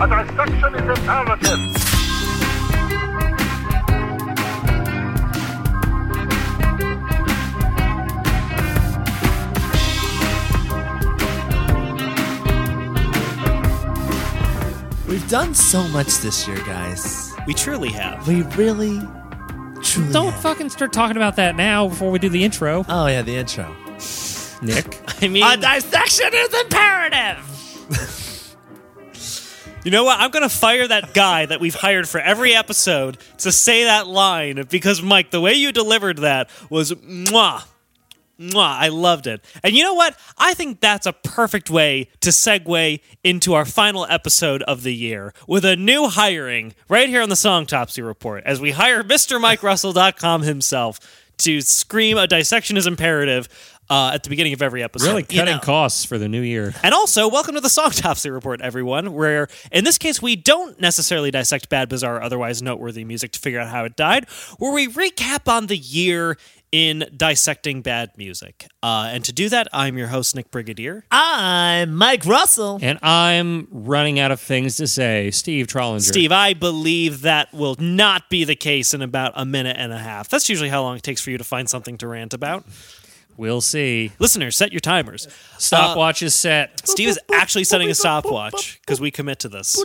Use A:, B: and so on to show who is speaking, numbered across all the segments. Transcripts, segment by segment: A: A dissection is imperative.
B: We've done so much this year, guys.
C: We truly have.
B: We really, truly.
D: Don't
B: have.
D: fucking start talking about that now before we do the intro,
B: Oh, yeah, the intro.
D: Nick.
C: I mean,
B: dissection is imperative!
C: you know what? I'm going to fire that guy that we've hired for every episode to say that line because, Mike, the way you delivered that was mwah. Mwah, I loved it. And you know what? I think that's a perfect way to segue into our final episode of the year with a new hiring right here on the Songtopsy Report as we hire Mr. Mike MikeRussell.com himself to scream a dissection is imperative uh, at the beginning of every episode.
D: Really
C: You
D: cutting
C: know.
D: costs for the new year.
C: And also, welcome to the Songtopsy Report, everyone, where in this case, we don't necessarily dissect bad, bizarre, or otherwise noteworthy music to figure out how it died, where we recap on the year in dissecting bad music. Uh, and to do that, I'm your host, Nick Brigadier.
B: I'm Mike Russell.
D: And I'm running out of things to say. Steve Trollinger.
C: Steve, I believe that will not be the case in about a minute and a half. That's usually how long it takes for you to find something to rant about.
D: We'll see.
C: Listeners, set your timers. Uh,
D: Stopwatch is set.
C: Steve is actually setting a stopwatch because we commit to this.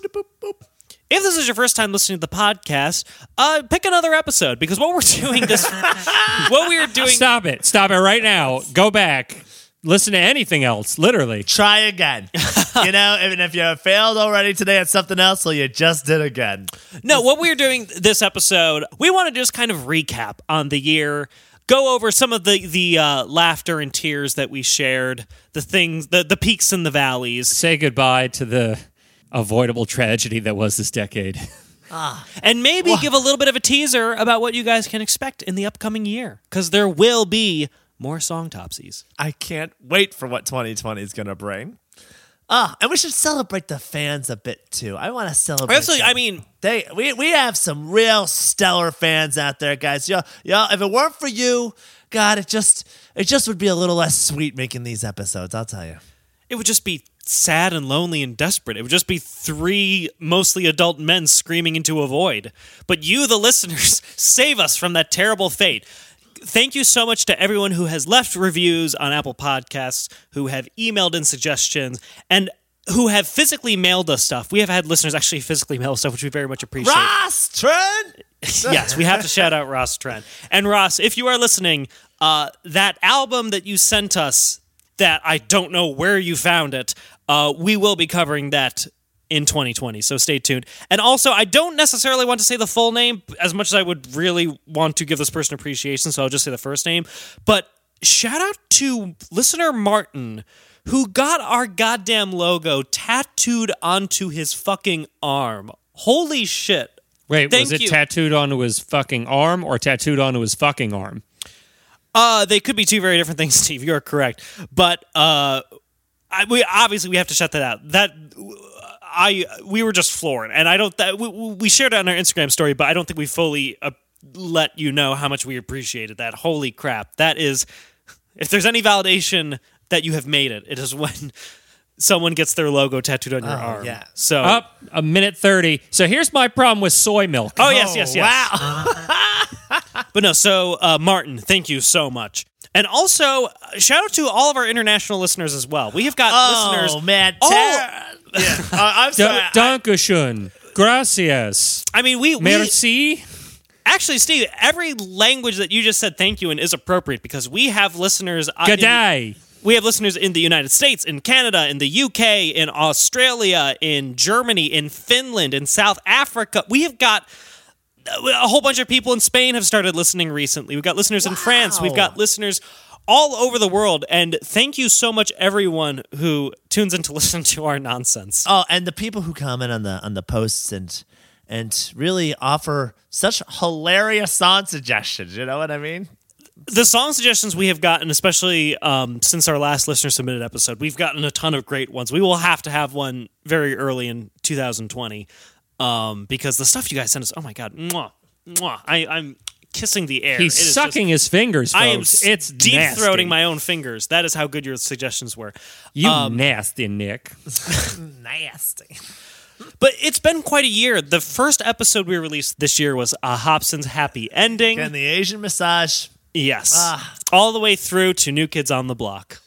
C: If this is your first time listening to the podcast, uh, pick another episode because what we're doing this, what we are doing,
D: Stop it. Stop it right now. Go back. Listen to anything else, literally.
B: Try again. you know, even if you failed already today at something else, well, you just did again.
C: no, what we are doing this episode, we want to just kind of recap on the year, go over some of the the uh, laughter and tears that we shared, the things, the the peaks and the valleys,
D: Say goodbye to the avoidable tragedy that was this decade.
C: and maybe give a little bit of a teaser about what you guys can expect in the upcoming year because there will be more song topsies.
B: I can't wait for what 2020 is going to bring. Ah, and we should celebrate the fans a bit too. I want to celebrate.
C: Absolutely,
B: them.
C: I mean.
B: they we we have some real stellar fans out there, guys. Y'all, y'all, if it weren't for you, God, it just it just would be a little less sweet making these episodes. I'll tell you.
C: it would just be sad and lonely and desperate. It would just be three mostly adult men screaming into a void. But you, the listeners, save us from that terrible fate. Thank you so much to everyone who has left reviews on Apple Podcasts, who have emailed in suggestions, and who have physically mailed us stuff. We have had listeners actually physically mail us stuff, which we very much appreciate
B: Ross Trent.
C: yes, we have to shout out Ross Trent. And Ross, if you are listening, uh, that album that you sent us, that I don't know where you found it, uh, we will be covering that in 2020. So stay tuned. And also, I don't necessarily want to say the full name as much as I would really want to give this person appreciation. So I'll just say the first name. But shout out to listener Martin. Who got our goddamn logo tattooed onto his fucking arm? Holy shit.
D: Wait,
C: Thank
D: was it
C: you.
D: tattooed onto his fucking arm or tattooed onto his fucking arm?
C: Uh, they could be two very different things, Steve. You're correct, but uh, I, we obviously we have to shut that out. That uh, I we were just floored, and I don't. That we, we shared it on our Instagram story, but I don't think we fully uh, let you know how much we appreciated that. Holy crap! That is, if there's any validation that you have made it, it is when someone gets their logo tattooed on your arm.
B: Oh, yeah.
C: So.
D: Up a minute 30. So here's my problem with soy milk.
C: Oh yes, yes, yes.
B: Wow.
C: But no, so uh, Martin, thank you so much. And also, uh, shout out to all of our international listeners as well. We have got
B: Oh
C: listeners.
B: man.
C: all-
B: Ter- yeah. Uh, I'm
D: D-
B: sorry.
D: Dankeschön. Gracias.
C: I mean, we, we
D: Merci.
C: actually, Steve, every language that you just said thank you in is appropriate because we have listeners. uh, in-
D: G'day.
C: we have listeners in the United States, in Canada, in the UK, in Australia, in Germany, in Finland, in South Africa. We have got a whole bunch of people in Spain have started listening recently. We've got listeners in France. We've got listeners all over the world. And thank you so much, everyone who tunes in to listen to our nonsense.
B: Oh, and the people who comment on the on the posts and and really offer such hilarious song suggestions. You know what I mean?
C: the song suggestions we have gotten, especially um, since our last listener submitted episode, we've gotten a ton of great ones. We will have to have one very early in 2020 um, because the stuff you guys sent us, oh my god, mwah, mwah, I, I'm kissing the air.
D: He's
C: It is
D: sucking his fingers, folks.
C: Just, I am
D: it's
C: deep
D: nasty.
C: throating my own fingers. That is how
D: Um,
C: good your suggestions were.
D: You nasty Nick.
B: Nasty.
C: But it's been quite a year. The first episode we released this year was a Hobson's Happy Ending.
B: And the Asian massage.
C: Yes.
D: Ah.
C: All the way through to New Kids on the Block,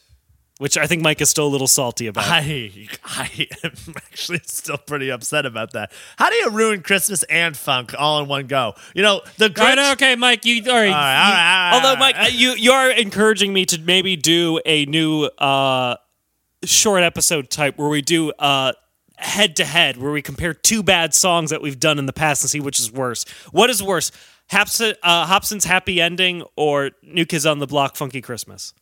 C: which I think Mike is still a little salty about.
B: I I am actually still pretty upset about that. How do you ruin Christmas and funk all in one go? You know the Grinch. Ah,
D: Right, okay, Mike. You all right?
B: All right, all right, all right, all
C: Although,
B: right.
C: Mike, uh, you you are encouraging me to maybe do a new uh, short episode type where we do uh, head to head, where we compare two bad songs that we've done in the past and see which is worse. What is worse, Hobson, uh, Hobson's Happy Ending or New Kids on the Block, Funky Christmas?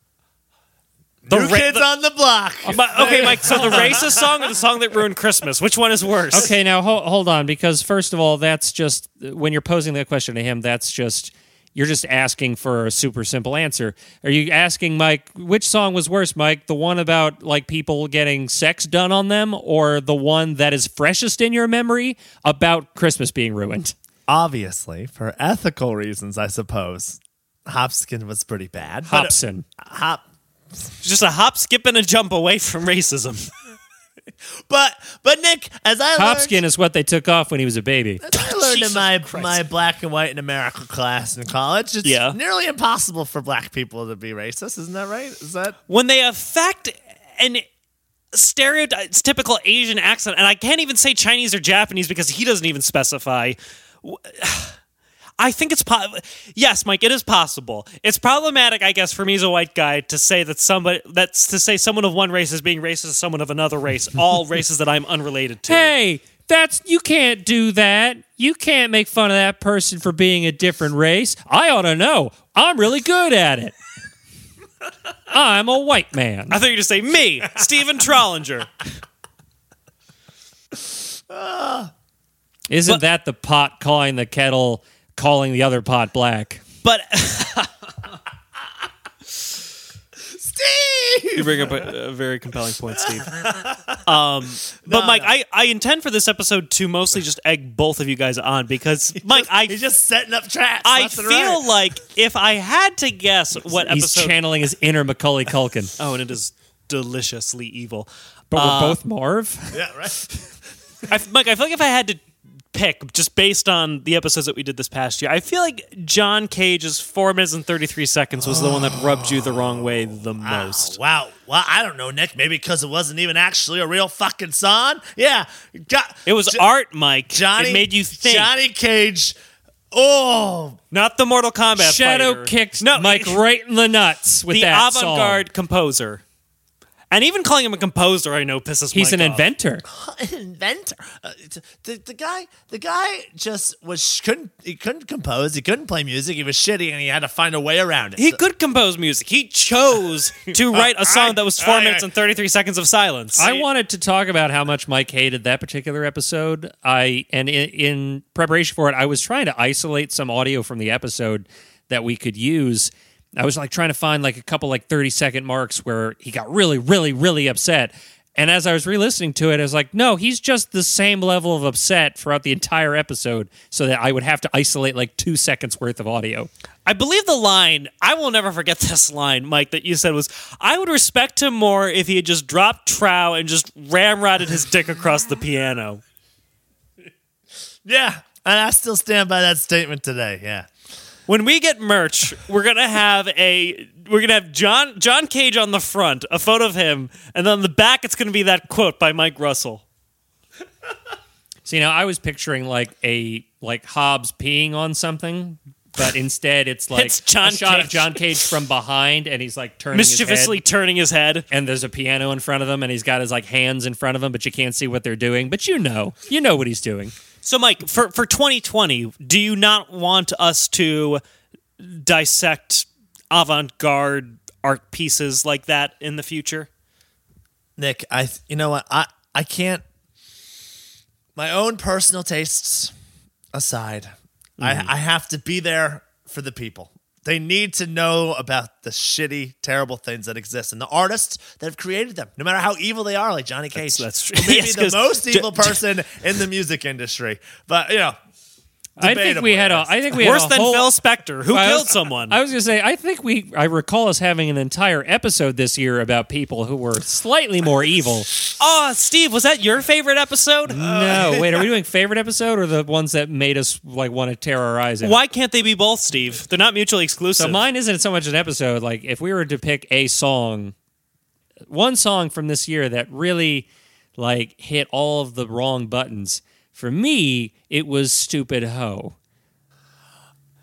C: The
B: new
C: ra-
B: kids
C: the-
B: on the block.
C: Mi- okay, Mike. So the racist song or the song that ruined Christmas? Which one is worse?
D: Okay, now ho- hold on, because first of all, that's just when you're posing that question to him. That's just you're just asking for a super simple answer. Are you asking Mike which song was worse, Mike? The one about like people getting sex done on them, or the one that is freshest in your memory about Christmas being ruined?
B: Obviously, for ethical reasons, I suppose. Hopskin was pretty bad. but- uh,
D: Hobson.
B: Hop.
C: just a hop, skip, and a jump away from racism.
B: But but Nick, as I
D: Hopskin is what they took off when he was a baby.
B: learned, I learned
C: Jesus
B: in my
C: Christ.
B: my black and white in America class in college, it's
C: Yeah.
B: nearly impossible for black people to be racist. Isn't that right? Is that
C: when they affect an stereotypical Asian accent, and I can't even say Chinese or Japanese because he doesn't even specify. W- I think it's po- yes, Mike. It is possible. It's problematic, I guess, for me as a white guy to say that somebody that's to say someone of one race is being racist to someone of another race, all races that I'm unrelated to.
D: Hey, that's you can't do that. You can't make fun of that person for being a different race. I ought to know. I'm really good at it. I'm a white man.
C: I thought you were just say me, Stephen Trollinger.
D: Isn't that the pot calling the kettle, calling the other pot black?
C: But
B: Steve?
C: You bring up a, a very compelling point, Steve. Um, but Mike, I, I intend for this episode to mostly just egg both of you guys on because Mike, I
B: He's just setting up traps.
C: I
B: left
C: feel
B: and right.
C: like if I had to guess what
D: He's
C: episode,
D: channeling his inner Macaulay Culkin.
C: oh, and it is deliciously evil.
D: But we're both Marv.
B: Yeah, right.
C: Uh, I, Mike, I feel like if I had to pick just based on the episodes that we did this past year, I feel like John Cage's four minutes and thirty three seconds was the one that rubbed you the wrong way the most.
B: Wow. Well, I don't know, Nick. Maybe because it wasn't even actually a real fucking song. Yeah. Go-
C: It was art, Mike.
B: Johnny.
C: it made you think.
B: Johnny Cage. Oh,
C: Not the Mortal Kombat
D: Shadow
C: fighter.
D: kicked
C: no,
D: Mike right in the nuts with
C: the
D: that
C: avant-garde composer. And even calling him a composer, I know pisses
D: song. He's
C: Mike
D: an
C: off.
D: inventor.
B: inventor. Uh, t- the, the guy, the guy just was sh- couldn't he couldn't compose. He couldn't play music. He was shitty, and he had to find a way around it.
C: He could compose music. He chose to write a song that was four
B: I-
C: minutes and thirty-three seconds of silence.
D: I wanted to talk about how much Mike hated that particular episode. I and in, in preparation for it, I was trying to isolate some audio from the episode that we could use. I was like trying to find like a couple like 30 second marks where he got really really really upset. And as I was re-listening to it, I was like, "No, he's just the same level of upset throughout the entire episode." So that I would have to isolate like two seconds worth of audio.
C: I believe the line, I will never forget this line, Mike, that you said was, I would respect him more if he had just dropped Trow and just ramrodded his dick across the piano.
B: yeah, and I still stand by that statement today. Yeah.
C: When we get merch, we're gonna have a we're gonna have John John Cage on the front, a photo of him, and then on the back it's gonna be that quote by Mike Russell.
D: So you know, I was picturing like a like Hobbs peeing on something, but instead it's like
C: It's John
D: a shot of
C: Cage.
D: John Cage from behind, and he's like turning his head,
C: Mischievously turning his head.
D: and there's a piano in front of him, and he's got his like hands in front of him, but you can't see what they're doing. But you know, you know what he's doing.
C: So Mike, for for 2020, do you not want us to dissect avant-garde art pieces like that in the future?
B: Nick, I th- you know what I I can't. My own personal tastes aside,
C: Mm-hmm.
B: I I have to be there for the people. They need to know about the shitty, terrible things that exist and the artists that have created them, no matter how evil they are, like Johnny Cage.
C: that's true.
B: Or Maybe
C: Yes,
B: the
C: 'cause
B: most
C: J-
B: evil person in the music industry. But you know,
D: I think we
B: Debatably,
D: had a.
B: yes.
D: I think we
C: Worse
D: had a
C: than
D: whole,
C: Phil Spector, who
D: I was-
C: killed someone.
D: I was gonna say. I think we. I recall us having an entire episode this year about people who were slightly more evil.
C: oh, Steve, was that your favorite episode?
D: no, wait. Are we doing favorite episode or the ones that made us like want to terrorize it?
C: Why can't they be both, Steve? They're not mutually exclusive.
D: So mine isn't so much an episode. Like if we were to pick a song, one song from this year that really like hit all of the wrong buttons. For me, it was "Stupid Ho"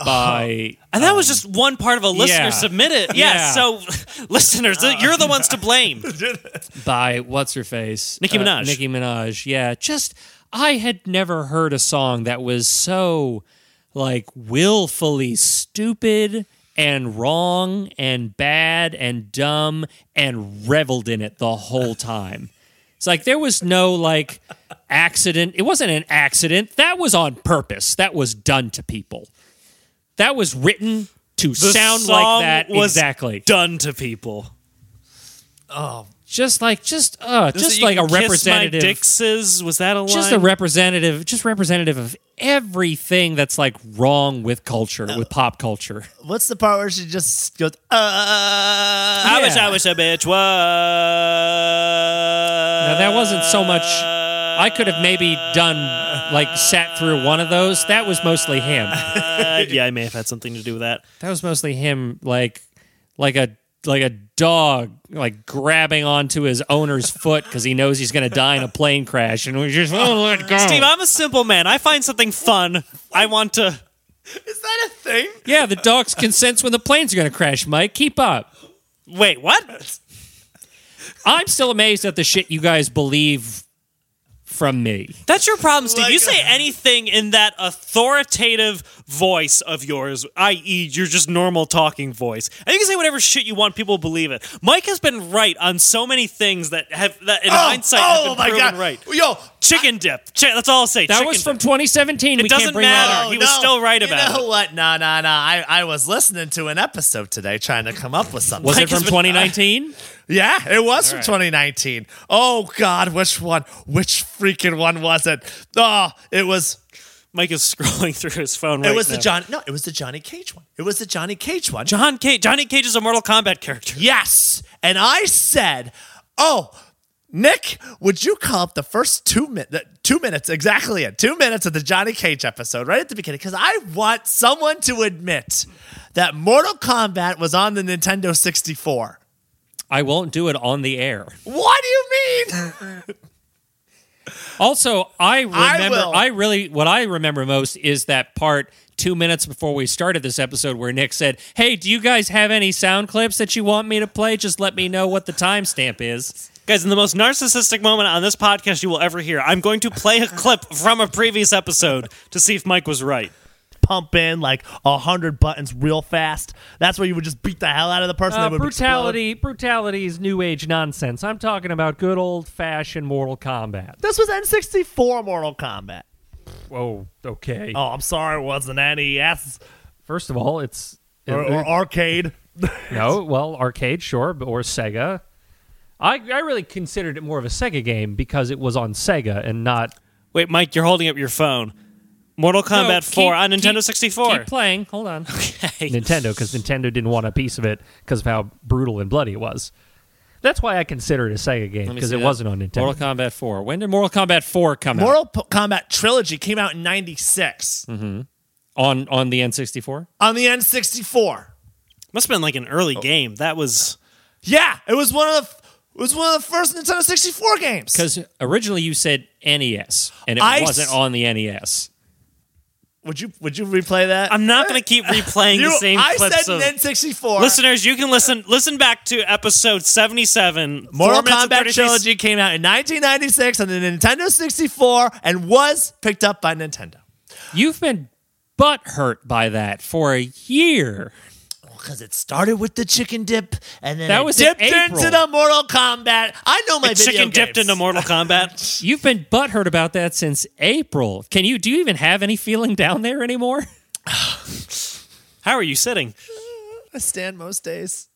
D: by
C: and that was just one part of a listener
D: yeah.
C: submitted. Yeah,
D: Yeah.
C: so listeners, you're the ones to blame.
D: by what's her face,
C: Nicki
D: Uh,
C: Minaj.
D: Nicki Minaj. Yeah, just I had never heard a song that was so like willfully stupid and wrong and bad and dumb and reveled in it the whole time. It's like there was no like accident. It wasn't an accident. That was on purpose. That was done to people. That was written to sound
C: song
D: like that
C: was
D: exactly
C: Done to people.
D: just like just uh
C: Is
D: just
C: it you
D: like a
C: can kiss
D: representative
C: My Dixes was that a line?
D: just a representative just representative of everything that's like wrong with culture with pop culture
B: What's the part where she just goes, uh,
C: I wish
D: yeah.
C: I wish a bitch was. Now
D: that wasn't so much- i could have maybe done like sat through one of those that was mostly him
C: yeah, I may have had something to do with that.
D: that was mostly him like like a like a dog like grabbing onto his owner's foot because he knows he's going to die in a plane crash and we just oh let go
C: Steve, I'm a simple man. I find something fun. I want to.
B: is that a thing?
D: yeah the dogs can sense when the planes are going to crash mike keep up
C: Wait, what?
D: i'm still amazed at the shit you guys believe from me
C: That's your problem, Steve.
B: Like
C: you
B: a-
C: say anything in that authoritative voice of yours, i.e., your just normal talking voice, and you can say whatever shit you want. People believe it. Mike has been right on so many things that have that
B: Oh,
C: in hindsight have been proven right.
B: Yo,
C: Chicken dip. Chi- that's all I'll say.
D: That
C: Chicken
D: was
C: dip.
D: from 2017. It we
C: doesn't
D: can't bring
C: matter.
D: that
C: Oh,
D: up.
C: he was still right about
B: You know what? No, no, no. I, I was listening to an episode today trying to come up with something.
D: Was
C: Mike
D: it
C: has
D: from
C: been-
D: 2019?
B: yeah, it was from 2019. Oh, God, which one? Which freaking one was it? Oh, it was.
C: Mike is scrolling through his phone.
B: It
C: right
B: was
C: now.
B: the John. No, it was the Johnny Cage one. It was the Johnny Cage one.
C: John Cage. Johnny Cage is a Mortal Kombat character.
B: Yes. And I said, Oh, Nick, would you call up the first two minutes, two minutes, exactly it, two minutes of the Johnny Cage episode right at the beginning? Because I want someone to admit that Mortal Kombat was on the Nintendo 64.
D: I won't do it on the air.
B: What do you mean?
D: Also, I remember.
B: will.
D: I, really what I remember most is that part two minutes before we started this episode where Nick said, "Hey, do you guys have any sound clips that you want me to play? Just let me know what the timestamp is."
C: Guys, in the most narcissistic moment on this podcast you will ever hear, I'm going to play a clip from a previous episode to see if Mike was right.
B: Pump in like a hundred buttons real fast. That's where you would just beat the hell out of the person. that would explode.
D: Uh, brutality is new age nonsense. I'm talking about good old fashioned Mortal Kombat.
B: This was N64 Mortal Kombat.
D: Whoa, okay.
B: Oh, I'm sorry, it wasn't NES
D: First of all, it's
B: or, or arcade.
D: No, well, arcade, sure, b- or Sega. I, I really considered it more of a Sega game because it was on Sega and not
C: Wait, Mike, you're holding up your phone. Mortal Kombat 4 on Nintendo 64.
D: playing. Hold on, Nintendo, because Nintendo didn't want a piece of it because of how brutal and bloody it was. That's why I consider it a Sega game because it wasn't on Nintendo. Mortal Kombat Four. When did Mortal Kombat Four come
B: Mortal P- Kombat Trilogy came out in 96
D: on on the N sixty four?
B: on the N64.
C: Must have been like an early
B: Oh.
C: game. That was.
B: Yeah, it was one of the f- it was one of the first Nintendo 64 games.
D: Because originally you said NES and it
B: I
D: wasn't
B: s-
D: on the E NES.
B: would you would you replay that?
C: I'm not going to keep replaying
B: you,
C: the same
B: I
C: clips
B: said
C: of.
B: N64.
C: Listeners, you can listen listen back to episode 77. four
B: Mortal
C: minutes and
B: Kombat
C: 33
B: Trilogy came out in 1996 on the Nintendo 64 and was picked up by Nintendo.
D: You've been butt hurt by that for a year.
B: Because it started with the chicken dip, and then
D: That
B: it
D: was in
B: dipped
D: April.
B: into the Mortal Kombat. I know my
C: It
B: video
C: chicken dipped
B: games.
C: into Mortal Kombat.
D: You've been butthurt about that since April. Can you do you even have any feeling down there anymore?
C: How are you sitting?
B: I stand most days.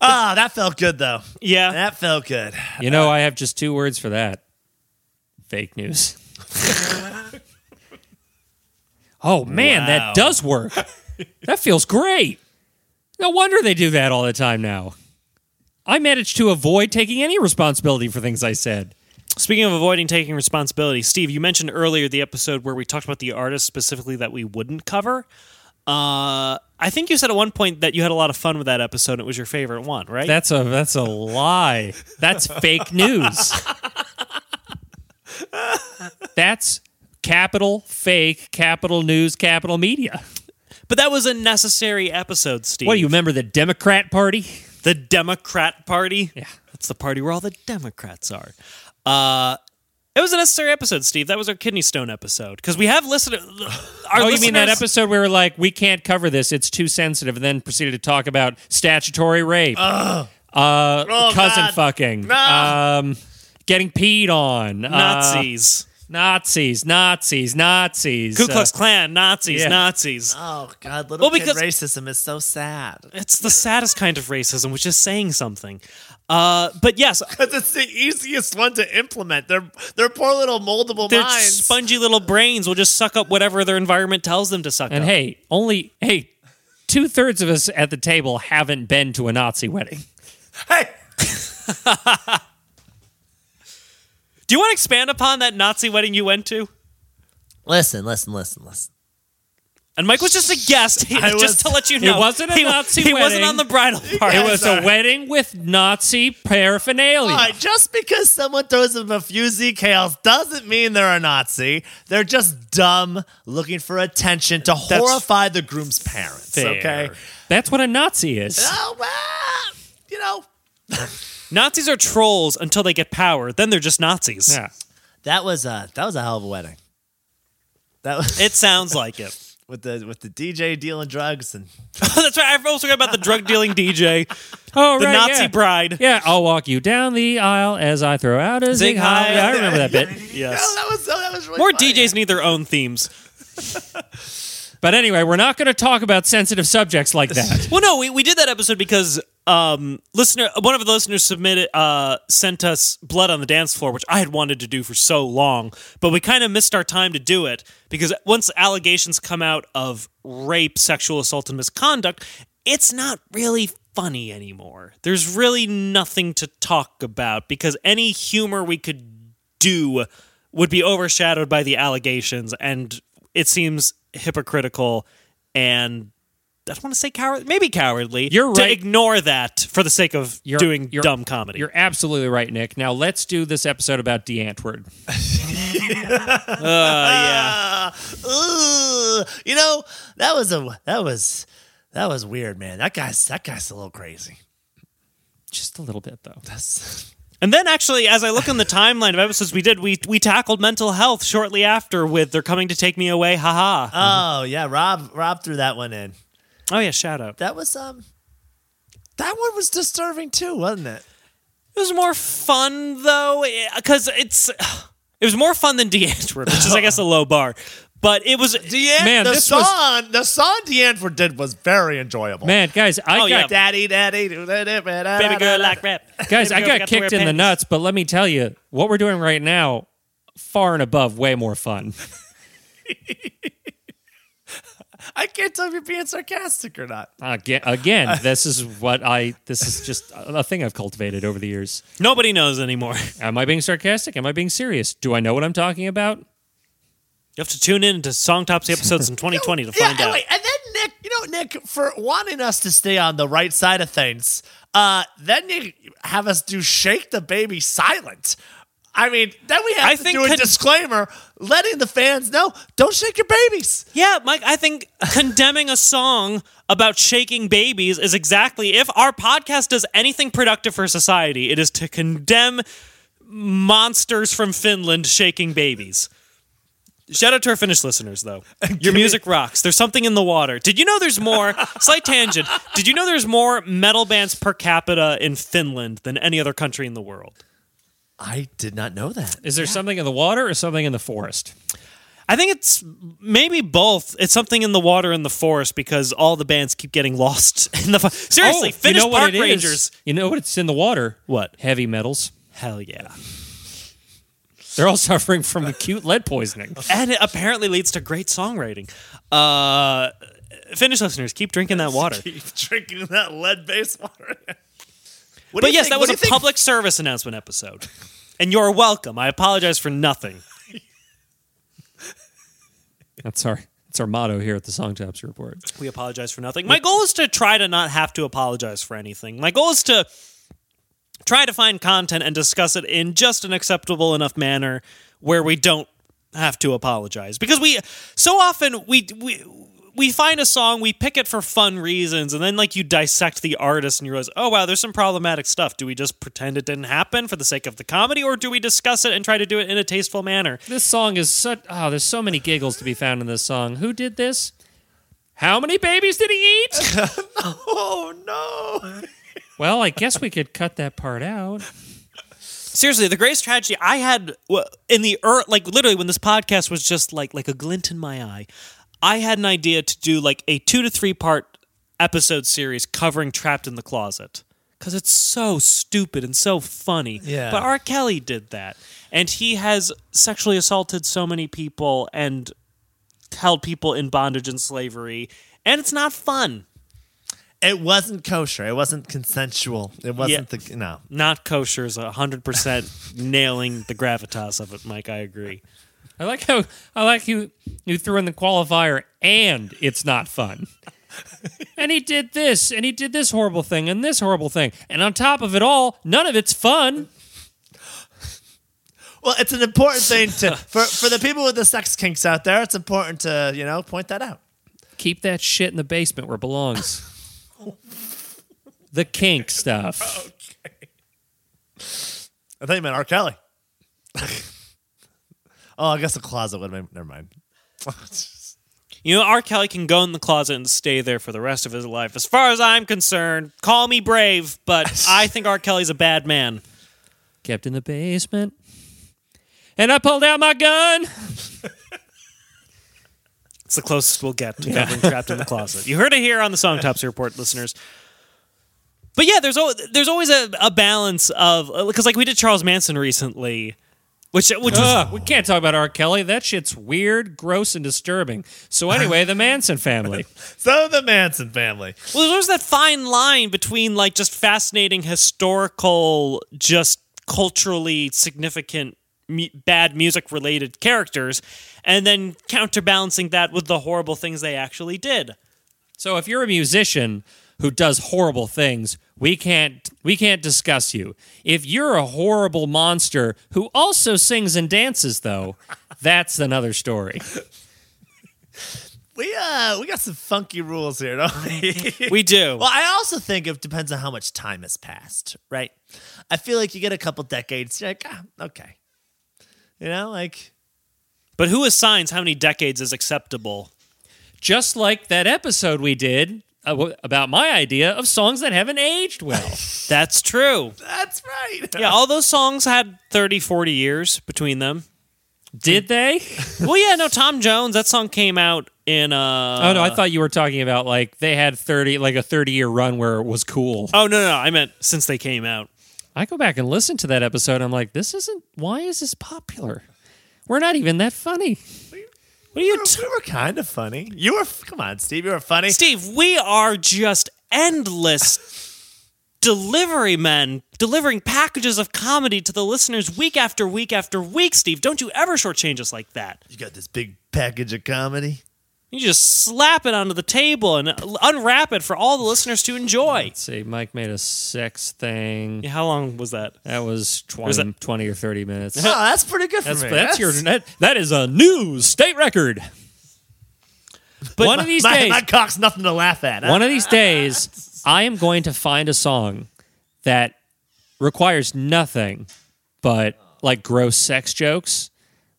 B: Ah, that felt good though.
C: Yeah.
B: That felt good.
D: You know, I have just two words for that. Fake news. Oh man,
C: Wow.
D: that does work. that feels great. No wonder they do that all the time now. I managed to avoid taking any responsibility for things I said.
C: Speaking of avoiding taking responsibility, Steve, you mentioned earlier the episode where we talked about the artists specifically that we wouldn't cover. Uh, I think you said at one point that you had a lot of fun with that episode. and It was your favorite one, right?
D: That's a that's a lie. That's fake news. that's capital fake, capital news, capital media.
C: but that was a necessary episode, Steve.
D: What do you remember the Democrat Party?
C: The Democrat Party.
D: Yeah.
C: that's the party where all the Democrats are. Uh, it was a necessary episode, Steve. That was our kidney stone episode because we have listeners. Our
D: Oh, you mean that
C: listeners-
D: episode where we're like, we can't cover this; it's too sensitive, and then proceeded to talk about statutory rape, uh,
B: Oh,
D: cousin
B: God.
D: fucking,
B: No.
D: um, getting peed on, uh,
C: Nazis,
D: Nazis, Nazis, Nazis,
C: Ku Klux Klan, Nazis,
D: yeah.
C: Nazis.
B: Oh God, little
C: Well,
B: kid
C: because-
B: racism is so sad.
C: It's the saddest kind of racism, which is saying something. Uh, but yes,
B: Because it's the easiest one to implement. Their their poor little moldable
C: their
B: minds.
C: spongy little brains will just suck up whatever their environment tells them to suck
D: And
C: up.
D: hey, only hey, two thirds of us at the table haven't been to a Nazi wedding.
B: hey,
C: Do you want to expand upon that Nazi wedding you went to?
B: listen, listen, listen, listen.
C: And Mike was just a guest, he-
B: I
C: just
B: was-
C: to let you
D: It
C: know.
D: wasn't a
C: he,
D: Nazi
C: He wasn't
D: wedding.
C: on the bridal party.
D: It was
B: sorry.
D: a wedding with Nazi paraphernalia.
B: All right, just because someone throws them a few decals doesn't mean they're a Nazi. They're just dumb, looking for attention to horrify the groom's parents.
D: Fair.
B: Okay.
D: that's what a Nazi is.
B: Oh well, you know
C: Nazis are trolls until they get power. Then they're just Nazis.
D: Yeah.
B: that was a that was a hell of a wedding. That was
C: It sounds like it.
B: with the with the DJ dealing drugs and
C: That's right. I also forgot about the drug dealing DJ,
D: Oh,
C: the
D: right,
C: Nazi
D: yeah.
C: bride.
D: Yeah, I'll walk you down the aisle as I throw out a
C: Zig
D: zig high.
C: high.
D: I remember that bit.
C: Yes.
B: that was that was really
C: More
B: funny.
C: DJs need their own themes.
D: But anyway, we're not going to talk about sensitive subjects like that.
C: Well, no, we, we did that episode because um, listener one of the listeners submitted uh, sent us blood on the dance floor, which I had wanted to do for so long, but we kind of missed our time to do it because once allegations come out of rape, sexual assault, and misconduct, it's not really funny anymore. There's really nothing to talk about because any humor we could do would be overshadowed by the allegations, and it seems hypocritical and I don't want to say coward, maybe cowardly.
D: You're
C: to
D: right.
C: ignore that for the sake of
D: You're-
C: doing
D: you're-
C: dumb comedy.
D: You're absolutely right, Nick. Now let's do this episode about DeAntword.
C: Uh,
B: Ugh. Uh, you know that was a that was that was weird, man. That guy's that guy's a little crazy.
D: Just a little bit, though.
B: That's
C: and then actually, as I look in the timeline of episodes we did, we we tackled mental health shortly after with "They're Coming to Take Me Away." Haha!
D: Uh,
B: oh yeah, Rob Rob threw that one in.
C: oh yeah, shout out.
B: That was um that one was disturbing too, wasn't it?
C: It was more fun though, because it's it was more fun than DeAntwoord, which is I guess a low bar, but it was
B: Deanne,
D: Man,
B: the
D: this
B: song
D: was-
B: the song Deanford did was very enjoyable.
D: Man, guys, I
C: Oh,
D: got
C: yeah.
B: Daddy, daddy, do da- da- da- da-
C: baby
B: da-
C: girl
B: da-
C: like rap.
D: guys,
C: Baby
D: I
C: girl
D: got
C: to wear
D: kicked in the
C: panties.
D: nuts, but let me tell you, what we're doing right now, far and above, way more fun.
B: I can't tell if you're being sarcastic or not.
D: Again, again, this is what I. This is just a thing I've cultivated over the years.
C: Nobody knows anymore. You
D: Am I being sarcastic? Am I being serious? Do I know what I'm talking about?
C: have to tune in to Songtopsy episodes in 2020 to find
B: yeah,
C: out.
B: and wait, and then Nick, you know, Nick, for wanting us to stay on the right side of things, uh, then you have us do shake the baby silent. I mean, then we have
C: I
B: to
C: think
B: do a
C: con-
B: disclaimer, letting the fans know, don't shake your babies.
C: Yeah, Mike, I think condemning a song about shaking babies is exactly if our podcast does anything productive for society, it is to condemn monsters from Finland shaking babies. Shout out to our Finnish listeners, though. Your music rocks. There's something in the water. Did you know there's more? Slight tangent. Did you know there's more metal bands per capita in Finland than any other country in the world?
B: I did not know that.
D: Is there something in the water or something in the forest?
C: I think it's maybe both. It's something in the water in the forest because all the bands keep getting lost in the. Fo- Seriously,
D: Oh,
C: Finnish
D: you know what
C: park
D: it is?
C: rangers.
D: You know what's in the water?
C: What?
D: Heavy metals.
C: Hell yeah.
D: They're all suffering from acute lead poisoning.
C: and it apparently leads to great songwriting. Uh, Finnish listeners, keep drinking that water.
B: Keep drinking that lead-based water. What do
C: But
B: you
C: yes,
B: think-
C: that
B: what
C: was
B: do
C: a
B: you think-
C: public service announcement episode. And you're welcome. I apologize for nothing.
D: That's our that's our motto here at the Songtops Report.
C: We apologize for nothing. My goal is to try to not have to apologize for anything. My goal is to try to find content and discuss it in just an acceptable enough manner where we don't have to apologize. Because we so often we we we find a song, we pick it for fun reasons, and then like you dissect the artist and you realize, oh wow, there's some problematic stuff. Do we just pretend it didn't happen for the sake of the comedy, or do we discuss it and try to do it in a tasteful manner?
D: This song is such oh, there's so many giggles to be found in this song. Who did this? How many babies did he eat?
B: Oh no!
D: well, I guess we could cut that part out.
C: Seriously, the greatest tragedy I had w- in the ear like literally when this podcast was just like like a glint in my eye, I had an idea to do like a two to three part episode series covering Trapped in the Closet because it's so stupid and so funny.
B: Yeah.
C: But R. Kelly did that, and he has sexually assaulted so many people and held people in bondage and slavery, and it's not fun.
B: It wasn't kosher. It wasn't consensual. It wasn't the no.
C: Not kosher is hundred percent nailing the gravitas of it, Mike. I agree.
D: I like how I like you you threw in the qualifier and it's not fun. and he did this and he did this horrible thing and this horrible thing. And on top of it all, none of it's fun.
B: Well, it's an important thing to for for the people with the sex kinks out there. It's important to you know point that out.
D: Keep that shit in the basement where it belongs. the kink stuff.
B: I thought you meant R. Kelly. oh, I guess the closet would. Never mind.
C: You know, R. Kelly can go in the closet and stay there for the rest of his life. As far as I'm concerned, call me brave, but I think R. Kelly's a bad man.
D: Kept in the basement. And I pulled out my gun.
C: It's the closest we'll get to covering trapped in the closet. You heard it here on the Song Topsy Report, listeners. But yeah, there's al- there's always a, a balance of because like we did Charles Manson recently, which which was
D: Ugh, we can't talk about R. Kelly. That shit's weird, gross, and disturbing. So anyway, the Manson family.
B: So the Manson family.
C: Well, there's always that fine line between like just fascinating historical, just culturally significant mu- bad music related characters, and then counterbalancing that with the horrible things they actually did.
D: So if you're a musician who does horrible things, we can't we can't discuss you. If you're a horrible monster who also sings and dances though, that's another story.
B: We uh we got some funky rules here, don't we?
C: We do.
B: Well, I also think it depends on how much time has passed, right? I feel like you get a couple decades, you're like, ah, okay. You know, like,
C: But who assigns how many decades is acceptable?
D: Just like that episode we did uh, w- about my idea of songs that haven't aged well.
C: That's true.
B: that's right.
C: Yeah, all those songs had 30, 40 years between them.
D: did they?
C: Well, yeah, no, Tom Jones, that song came out in uh
D: Oh no, I thought you were talking about like they had 30 like a 30 year run where it was cool.
C: Oh no, no, I meant since they came out.
D: I go back and listen to that episode I'm like this isn't why is this popular? We're not even that funny.
C: What are you
B: You two were kind of funny. You were, come on, Steve, you were funny.
C: Steve, we are just endless delivery men delivering packages of comedy to the listeners week after week after week, Steve. Don't you ever shortchange us like that.
B: You got this big package of comedy.
C: You just slap it onto the table and unwrap it for all the listeners to enjoy.
D: Let's see, Mike made a sex thing.
C: Yeah, How long was that?
D: That was 20,
C: that-
D: 20 or 30 minutes.
B: Oh, that's pretty good for
D: That's,
B: me.
D: that's your that, that is a new state record. one of these
B: my,
D: days,
B: my cock's nothing to laugh at. huh?
D: one of these days, I am going to find a song that requires nothing but like gross sex jokes.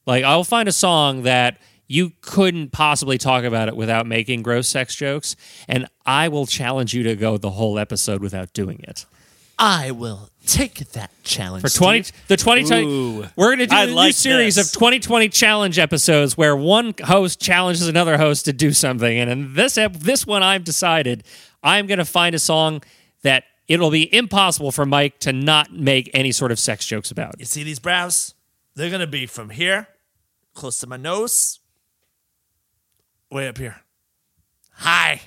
D: Like I'll find a song that you couldn't possibly talk about it without making gross sex jokes, and I will challenge you to go the whole episode without doing it.
B: I will take that challenge.
D: for 20 the 2020 we're going to do
C: I
D: a new
C: like
D: series
C: this.
D: of 2020 challenge episodes where one host challenges another host to do something and in this ep- this one I've decided I'm going to find a song that it'll be impossible for Mike to not make any sort of sex jokes about.
B: You see these brows? They're gonna be from here, close to my nose, way up here, high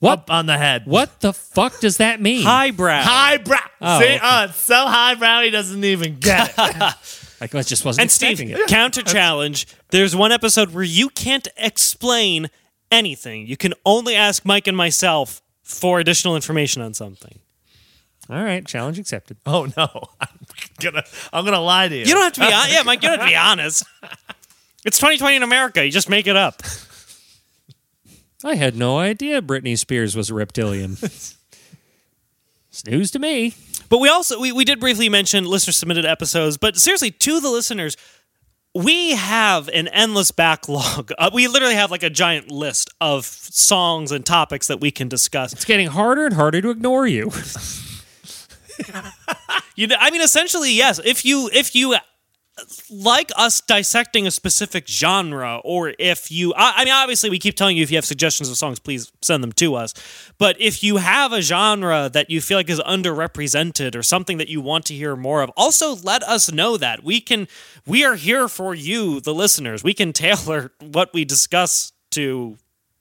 D: What?
B: up on the head.
D: What the fuck does that mean?
C: Highbrow.
B: High brow.
D: Oh,
B: See,
D: okay.
B: uh, it's so high brow he doesn't even get it.
D: I just wasn't
C: and Steve,
D: expecting it.
C: counter challenge. There's one episode where you can't explain anything. You can only ask Mike and myself for additional information on something.
D: All right, challenge accepted.
B: oh no, I'm gonna I'm gonna lie to you.
C: You don't have to be honest. Yeah, Mike, you don't have to be honest. It's 2020 in America. You just make it up.
D: I had no idea Britney Spears was a reptilian. Snooze to me.
C: But we also we, we did briefly mention listener submitted episodes, but seriously, to the listeners, we have an endless backlog. Uh, we literally have like a giant list of songs and topics that we can discuss.
D: It's getting harder and harder to ignore you.
C: You know, I mean, essentially, yes. If you if you like us dissecting a specific genre, or if you, I, I mean, obviously, we keep telling you if you have suggestions of songs, please send them to us. But if you have a genre that you feel like is underrepresented, or something that you want to hear more of, also let us know that we can. We are here for you, the listeners. We can tailor what we discuss to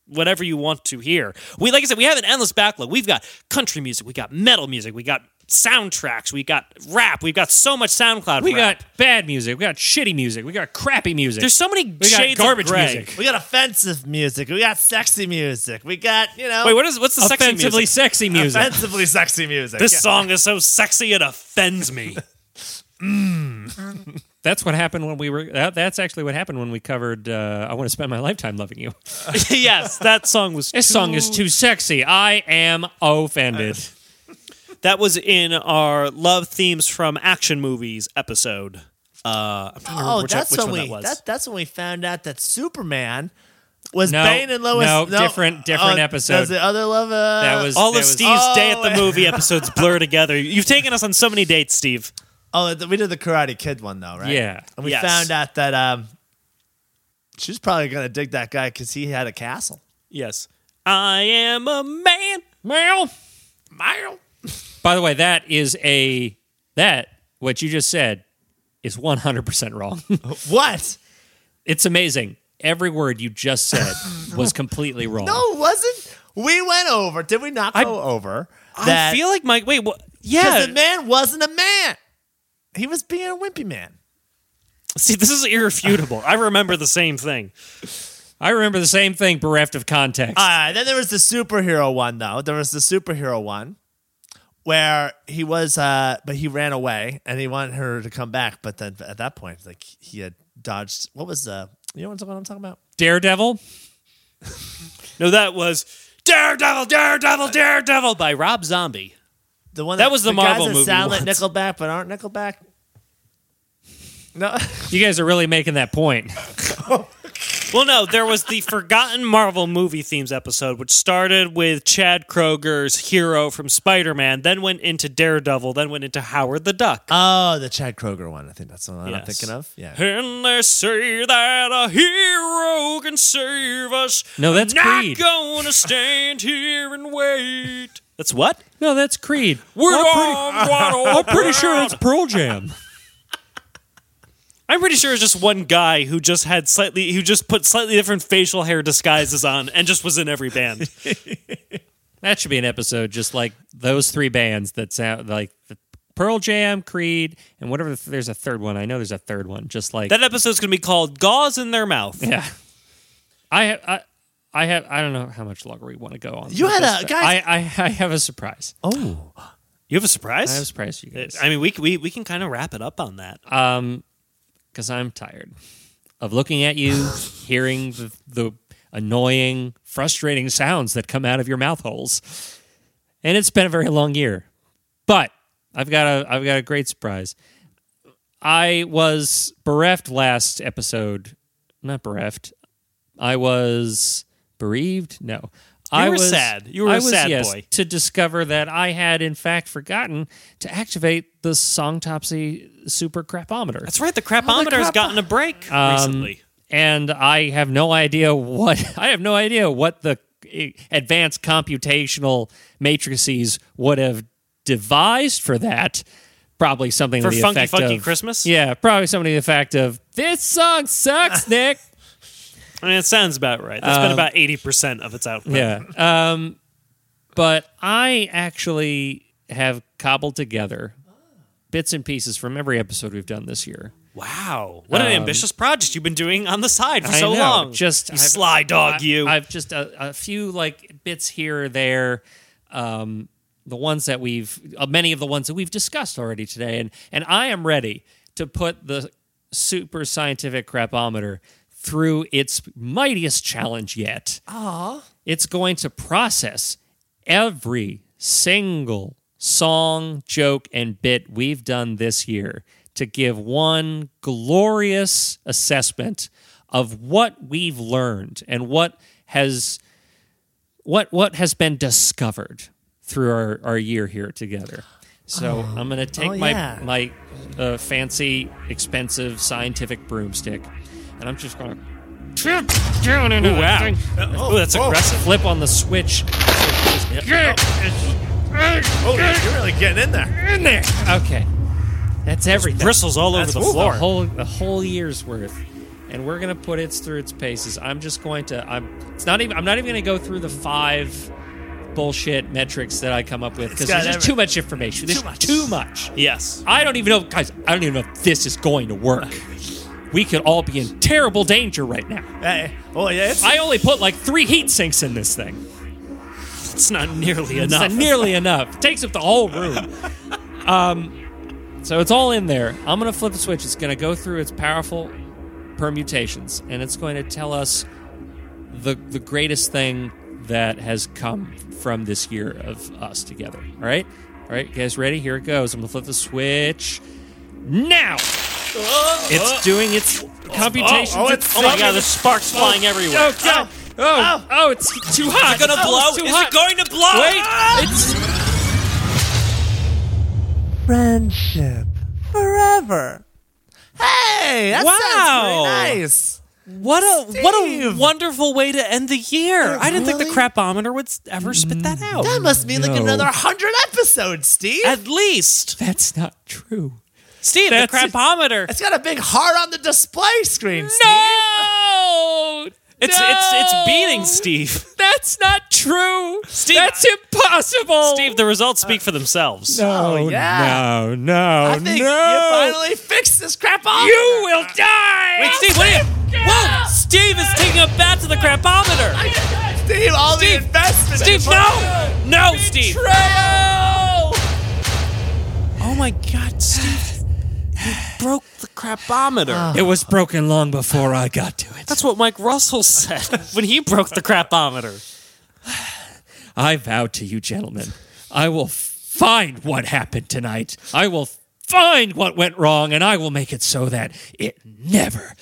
C: whatever you want to hear. We like I said, we have an endless backlog. We've got country music, we got metal music, we got soundtracks, we got rap, we've got so much SoundCloud.
D: We
C: rap.
D: got bad music. We got shitty music. We got crappy music.
C: there's so many
D: we got
C: shades
D: garbage
C: of gray.
D: music.
B: We got offensive music. We got sexy music. We got you know
C: Wait, what is what's the sexy
D: Offensively
C: music?
D: sexy music.
B: offensively sexy music.
C: This
B: Yeah.
C: song is so sexy it offends me.
D: that's what happened when we were. That, that's actually what happened when we covered. Uh, I want to spend my lifetime loving you.
C: yes, that song was
D: This
C: too-
D: song is too sexy. I am offended.
C: That was in our love themes from action movies episode. Uh, I'm trying to remember
B: Oh,
C: which,
B: that's
C: which
B: when
C: one
B: we
C: that was.
B: that- that's when we found out that Superman was
D: No,
B: Bane and Lois.
D: no, different- different
B: Oh,
D: episode.
B: That's the other love. Uh,
D: that was
C: all
D: that
C: of
D: was-
C: Steve's day at the
B: Oh,
C: movie episodes blur together. You've taken us on so many dates, Steve.
B: Oh, th- we did the Karate Kid one though, right?
D: Yeah.
B: And we
C: Yes.
B: found out that um, she's probably gonna dig that guy because he had a castle.
C: Yes. I am a man.
D: Meow.
B: Meow.
D: By the way, that is a that what you just said is 100% wrong.
B: What?
D: it's amazing. Every word you just said was completely wrong.
B: No, Oh, it wasn't. We went over. Did we not go over that?
C: I feel like Mike. Wait, what?
B: because
C: Yeah.
B: the man wasn't a man. He was being a wimpy man.
C: See, this is irrefutable. I remember the same thing.
D: I remember the same thing bereft of context.
B: Uh, then there was the superhero one, though. There was the superhero one where he was, uh, but he ran away and he wanted her to come back. But then at that point, like he had dodged. What was the? You know what I'm talking about?
D: Daredevil?
C: No, that was Daredevil, Daredevil, Daredevil by Rob Zombie.
B: The one
C: That was the
B: guys
C: Marvel
B: that
C: movie
B: Sound like
C: once.
B: Nickelback, but aren't Nickelback? No.
D: You guys are really making that point.
C: Well, no, there was the forgotten Marvel movie themes episode, which started with Chad Kroger's hero from Spider Man, then went into Daredevil, then went into Howard the Duck.
D: Uh,
B: oh, the Chad Kroger one. I think that's the one I'm
C: Yes.
B: thinking of. Yeah.
C: And they say that a hero can save us.
D: No, that's
C: Not
D: Creed.
C: gonna stand here and wait. That's what?
D: No, that's Creed.
C: We're
D: I'm pretty-
C: on one
D: I'm
C: old
D: pretty sure
C: world.
D: it's Pearl Jam.
C: I'm pretty sure it's just one guy who just had slightly, who just put slightly different facial hair disguises on and just was in every band.
D: That should be an episode, just like those three bands that sound like the Pearl Jam, Creed, and whatever. The there's a third one. I know there's a third one. Just like
C: that episode's gonna be called "Gauze in Their Mouth."
D: yeah. I have. I, I have. I don't know how much longer we want to go on.
B: You
D: with
B: had
D: this,
B: a-
D: but
B: guys-
D: I, I, I have a surprise.
B: Oh.
C: You have a
D: I have a
C: surprise?
D: surprise Uh, for you guys
C: I mean, we we we can kind of wrap it up on that.
D: because I'm tired of looking at you, hearing the, the annoying, frustrating sounds that come out of your mouth holes. And it's been a very long year, but I've got a I've got a great surprise. I was bereft last episode, not bereft. I was bereaved. No, I
C: were
D: was
C: sad. You were
D: I
C: a
D: was,
C: sad
D: yes,
C: boy.
D: to discover that I had in fact forgotten to activate the Songtopsy Super Crapometer.
C: That's right. The
D: oh,
C: crapometer has
B: crap-
C: gotten a break
D: Um,
C: recently.
D: and I have no idea what I have no idea what the eh, advanced computational matrices would have devised for that. probably something
C: For
D: to the
C: Funky
D: effect
C: Funky
D: of-
C: Christmas?
D: Yeah, probably something to the effect of this song sucks, Nick.
C: I mean, it sounds about right. That's been about eighty percent of its output.
D: um, yeah. Um, but I actually have cobbled together bits and pieces from every episode we've done this year.
C: Wow, what an ambitious project you've been doing on the side for
D: Um, I
C: so
D: know,
C: long.
D: Just
C: you
D: I've-
C: sly dog,
D: I-
C: you.
D: I've just uh, a, a few like bits here or there. Um, the ones that we've, uh, many of the ones that we've discussed already today, and and I am ready to put the super scientific crapometer through its mightiest challenge yet. Ah, it's going to process every single song, joke, and bit we've done this year to give one glorious assessment of what we've learned and what has what what has been discovered through our, our year here together. So I'm going to take
B: Oh,
D: my
B: yeah.
D: my uh, fancy, expensive scientific broomstick, and I'm just going to chip down into
C: Ooh,
D: that
C: wow.
D: thing
C: oh, that's
B: whoa.
C: aggressive.
D: flip on the switch.
B: Oh, you're really getting in there.
D: in there. Okay, that's everything.
C: Bristles all over
D: That's
C: the floor.
D: The whole, the whole year's worth, and we're gonna put it through its paces. I'm just going to. I'm. It's not even. I'm not even gonna go through the five bullshit metrics that I come up with because
B: got
D: there's just
B: every-
D: too much information. There's
B: Too much.
D: too much.
C: yes.
D: I don't even know, guys. I don't even know if this is going to work. We could all be in terrible danger right now.
B: Hey, oh yeah, it's,
D: I only put like three heat sinks in this thing.
C: It's not nearly
D: It's
C: enough.
D: not nearly enough. It takes up the whole room. Um, so it's all in there. I'm going to flip a switch. It's going to go through its powerful permutations, and it's going to tell us the the greatest thing that has come from this year of us together. All right, all right, you guys, ready? Here it goes. I'm going to flip the switch now. It's doing its computations.
B: oh, it's-
C: Uh-huh. oh my god, there's sparks flying everywhere.
D: Oh, God. Oh, oh, it's too hot.
C: It's gonna
D: Oh,
C: blow.
D: it's too
C: Is
D: hot.
C: it going to blow? Ah!
D: Wait, it's
B: friendship forever. Hey, that
C: Wow.
B: sounds pretty nice.
C: What a what a
B: Steve.
C: wonderful way to end the year! I didn't think the
B: really?
C: crapometer would s- ever spit that out.
B: That must mean like
D: No.
B: another hundred episodes, Steve.
C: At least,
D: That's not true.
C: Steve, the
D: That's-
C: crapometer.
B: it's got a big heart on the display screen. Steve.
D: No!
C: It's it's it's beating Steve.
D: That's not true.
C: Steve-
D: That's impossible.
C: Steve, the results speak for themselves.
D: No,
B: Oh, yeah.
D: no, no,
B: I think you
D: no.
B: finally fixed this crap off.
D: You will die.
C: Wait, Steve, what are you? Whoa, Steve is taking a bat to the crapometer.
B: Steve, all
C: Steve,
B: the investment.
C: Steve, no, no, Steve. Oh my God, Steve, you broke the crapometer.
D: It was broken long before I got to it.
C: That's what Mike Russell said when he broke the crapometer.
D: I vow to you, gentlemen, I will find what happened tonight. I will find what went wrong, and I will make it so that it never,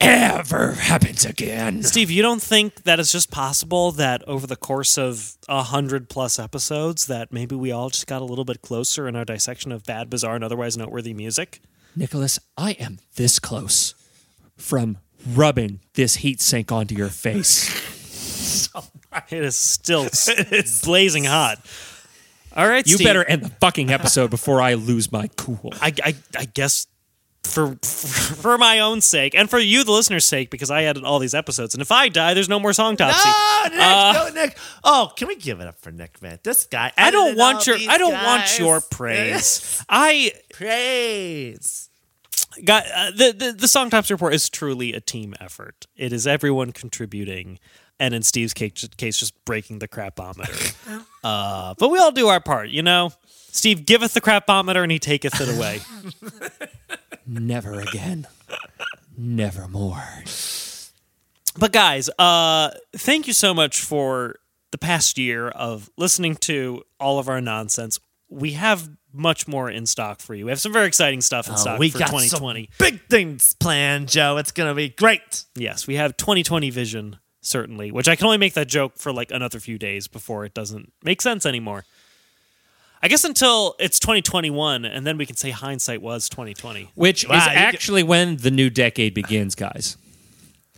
D: ever happens again.
C: Steve, you don't think that it's just possible that over the course of a hundred plus episodes, that maybe we all just got a little bit closer in our dissection of bad, bizarre, and otherwise noteworthy music?
D: Nicholas, I am this close from rubbing this heat sink onto your face.
C: It is still s- blazing hot. All right,
D: You
C: Steve.
D: better end the fucking episode before I lose my cool.
C: I, I, I guess for, for for my own sake and for you, the listener's sake, because I edit all these episodes, and if I die, there's no more song topsy.
B: Oh, Nick, no, Nick. Oh, can we give it up for Nick, man? This guy.
C: uh, I don't
B: edited all
C: want your
B: these
C: I don't
B: guys.
C: want your praise. I
B: praise.
C: got uh, the, the the song tops report is truly a team effort. It is everyone contributing, and in Steve's case, case just breaking the crapometer. uh, but we all do our part, you know. Steve giveth the crapometer and he taketh it away.
D: Never again. Never more.
C: but guys, uh, thank you so much for the past year of listening to all of our nonsense. We have much more in stock for you. We have some very exciting stuff in
B: Oh,
C: stock
B: we
C: for
B: got
C: 2020.
B: some big things planned, Joe. It's gonna be great.
C: Yes, we have 2020 vision, certainly, which I can only make that joke for like another few days before it doesn't make sense anymore. I guess until it's 2021, and then we can say hindsight was 2020.
D: Which
B: Wow,
D: is
B: you get-
D: actually when the new decade begins, guys.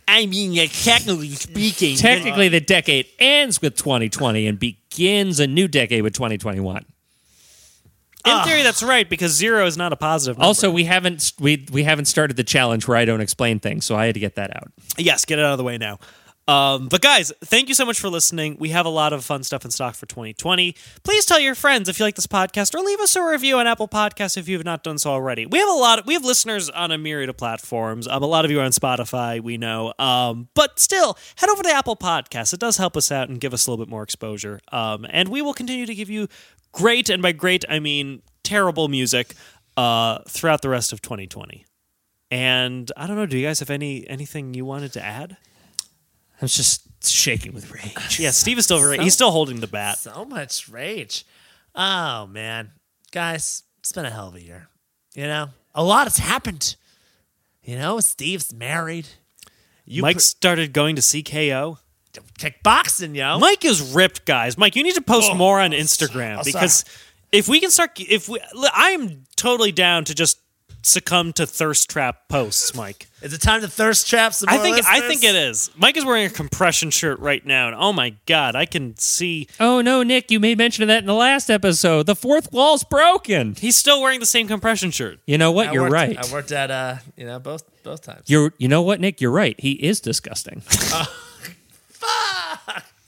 C: I mean, yeah, technically speaking,
D: Technically, the decade ends with 2020 and begins a new decade with 2021.
C: In theory, that's right because zero is not a positive. Number.
D: Also, we haven't we we haven't started the challenge where I don't explain things, so I had to get that out.
C: yes, get it out of the way now. Um, but guys, thank you so much for listening. We have a lot of fun stuff in stock for 2020. Please tell your friends if you like this podcast, or leave us a review on Apple Podcasts if you have not done so already. We have a lot. Of, we have listeners on a myriad of platforms. Um, a lot of you are on Spotify. We know, um, but still, head over to Apple Podcasts. It does help us out and give us a little bit more exposure. Um, and we will continue to give you great, and by great I mean terrible music uh, throughout the rest of 2020. And I don't know. Do you guys have any anything you wanted to add?
D: I'm just shaking with rage.
C: Yeah, Steve is still very. He's still holding the bat.
B: So much rage. Oh man, guys, it's been a hell of a year. You know, a lot has happened. You know, Steve's married. You
C: Mike started going to CKO.
B: pr- kickboxing, yo.
C: Mike is ripped, guys. Mike, you need to post more on Instagram
B: I'll
C: because if we can start, if we, li- I am totally down to just succumb to thirst trap posts, Mike.
B: Is it time to thirst trap some
C: I
B: more
C: think I
B: listeners?
C: think it is. Mike is wearing a compression shirt right now, and oh my god, I can see
D: Oh no, Nick, you made mention of that in the last episode. The fourth wall's broken.
C: he's still wearing the same compression shirt.
D: You know what?
B: I
D: You're
B: worked-
D: right.
B: I worked at uh, you know, both both times.
D: You're you know what, Nick? You're right. He is disgusting.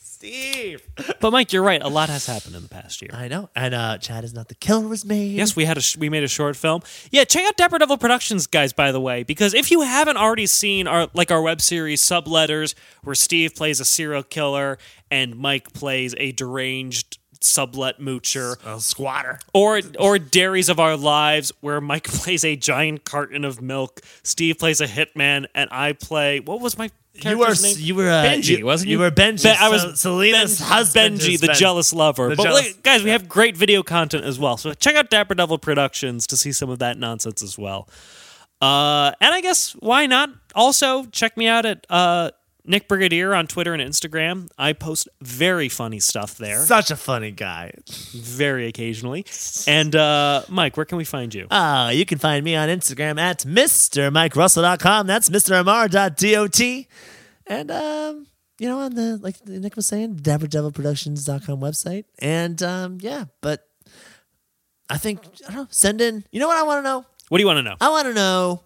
B: Steve.
C: But Mike, you're right. A lot has happened in the past year.
B: I know. And uh Chad is not the killer was made.
C: Yes, we had a sh- we made a short film. Yeah, check out Dapper Devil Productions, guys. By the way, because if you haven't already seen our like our web series Subletters, where Steve plays a serial killer and Mike plays a deranged sublet moocher,
B: A squatter.
C: or or Dairies of Our Lives, where Mike plays a giant carton of milk, Steve plays a hitman, and I play what was my
B: You were
C: character's name?
B: you were uh,
D: Benji,
B: you,
D: wasn't
B: you?
D: you?
B: were Benji.
C: Ben- I
B: Sel-
C: was
B: Selena's husband.
C: Benji,
B: is
C: the
B: Ben-
C: jealous lover.
B: The
C: but
B: jealous-
C: look, guys, we have great video content as well. So check out Dapper Devil Productions to see some of that nonsense as well. Uh, and I guess why not also check me out at uh, Nick Brigadier on Twitter and Instagram. I post very funny stuff there,
B: Such a funny guy.
C: very occasionally. And uh, Mike, where can we find you?
B: Uh, you can find me on Instagram at MrMikeRussell.com. That's MrMR.dot. And, um, you know, on the, like Nick was saying, DabberDevilProductions.com website. And, um, yeah, but I think, I don't know, send in, you know what I want to know?
C: What do you want to know?
B: I want to know,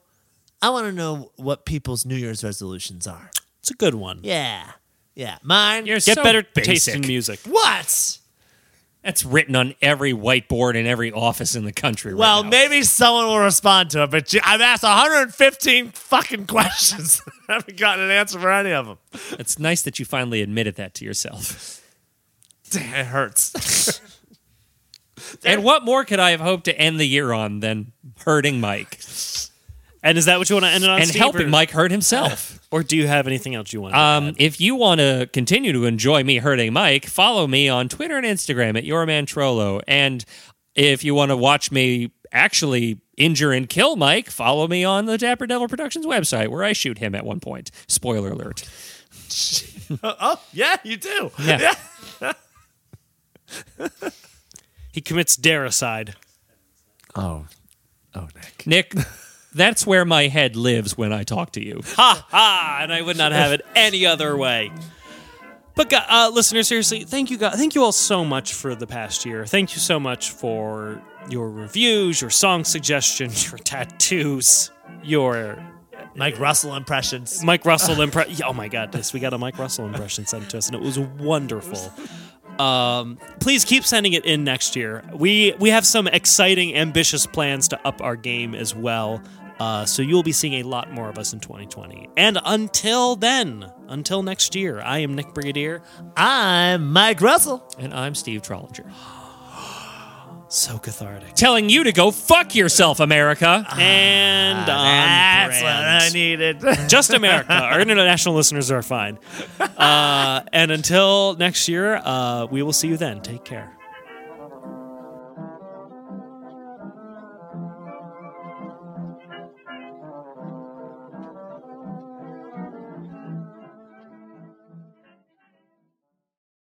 B: I want to know what people's New Year's resolutions are.
C: It's a good one.
B: Yeah. Yeah. Mine.
D: You're
C: Get
D: so
C: better taste
D: basic.
C: in music.
B: what?
D: That's written on every whiteboard in every office in the country. right
B: Well,
D: now.
B: maybe someone will respond to it, but you- I've asked 115 fucking questions. I haven't gotten an answer for any of them.
D: it's nice that you finally admitted that to yourself.
B: It hurts.
D: And what more could I have hoped to end the year on than hurting Mike
C: And is that what you want to end it on?
D: and
C: Steve,
D: helping
C: or,
D: Mike hurt himself?
C: Or do you have anything else you want?
D: Um, if you want to continue to enjoy me hurting Mike, follow me on Twitter and Instagram at YourManTrollo. And if you want to watch me actually injure and kill Mike, follow me on the Dapper Devil Productions website where I shoot him at one point. Spoiler alert.
B: oh, yeah, you do.
D: Yeah.
C: he commits dericide.
B: Oh, oh, Nick.
D: Nick, that's where my head lives when I talk to you.
C: ha ha Ah, and i would not have it any other way but gu- uh, listeners seriously thank you guys thank you all so much for the past year thank you so much for your reviews your song suggestions your tattoos your
B: Mike Russell impressions.
C: mike russell impression oh my god this we got a mike russell impression sent to us and it was wonderful um, please keep sending it in next year. We we have some exciting, ambitious plans to up our game as well. Uh, so you'll be seeing a lot more of us in 2020. And until then, until next year, I am Nick Brigadier.
B: I'm Mike Russell.
D: And I'm Steve Trollinger.
C: So cathartic.
D: Telling you to go fuck yourself, America.
C: And on
B: Ah, That's what
C: brand.
B: I needed.
C: Just America. Our international listeners are fine. Uh, and until next year, uh, we will see you then. Take care.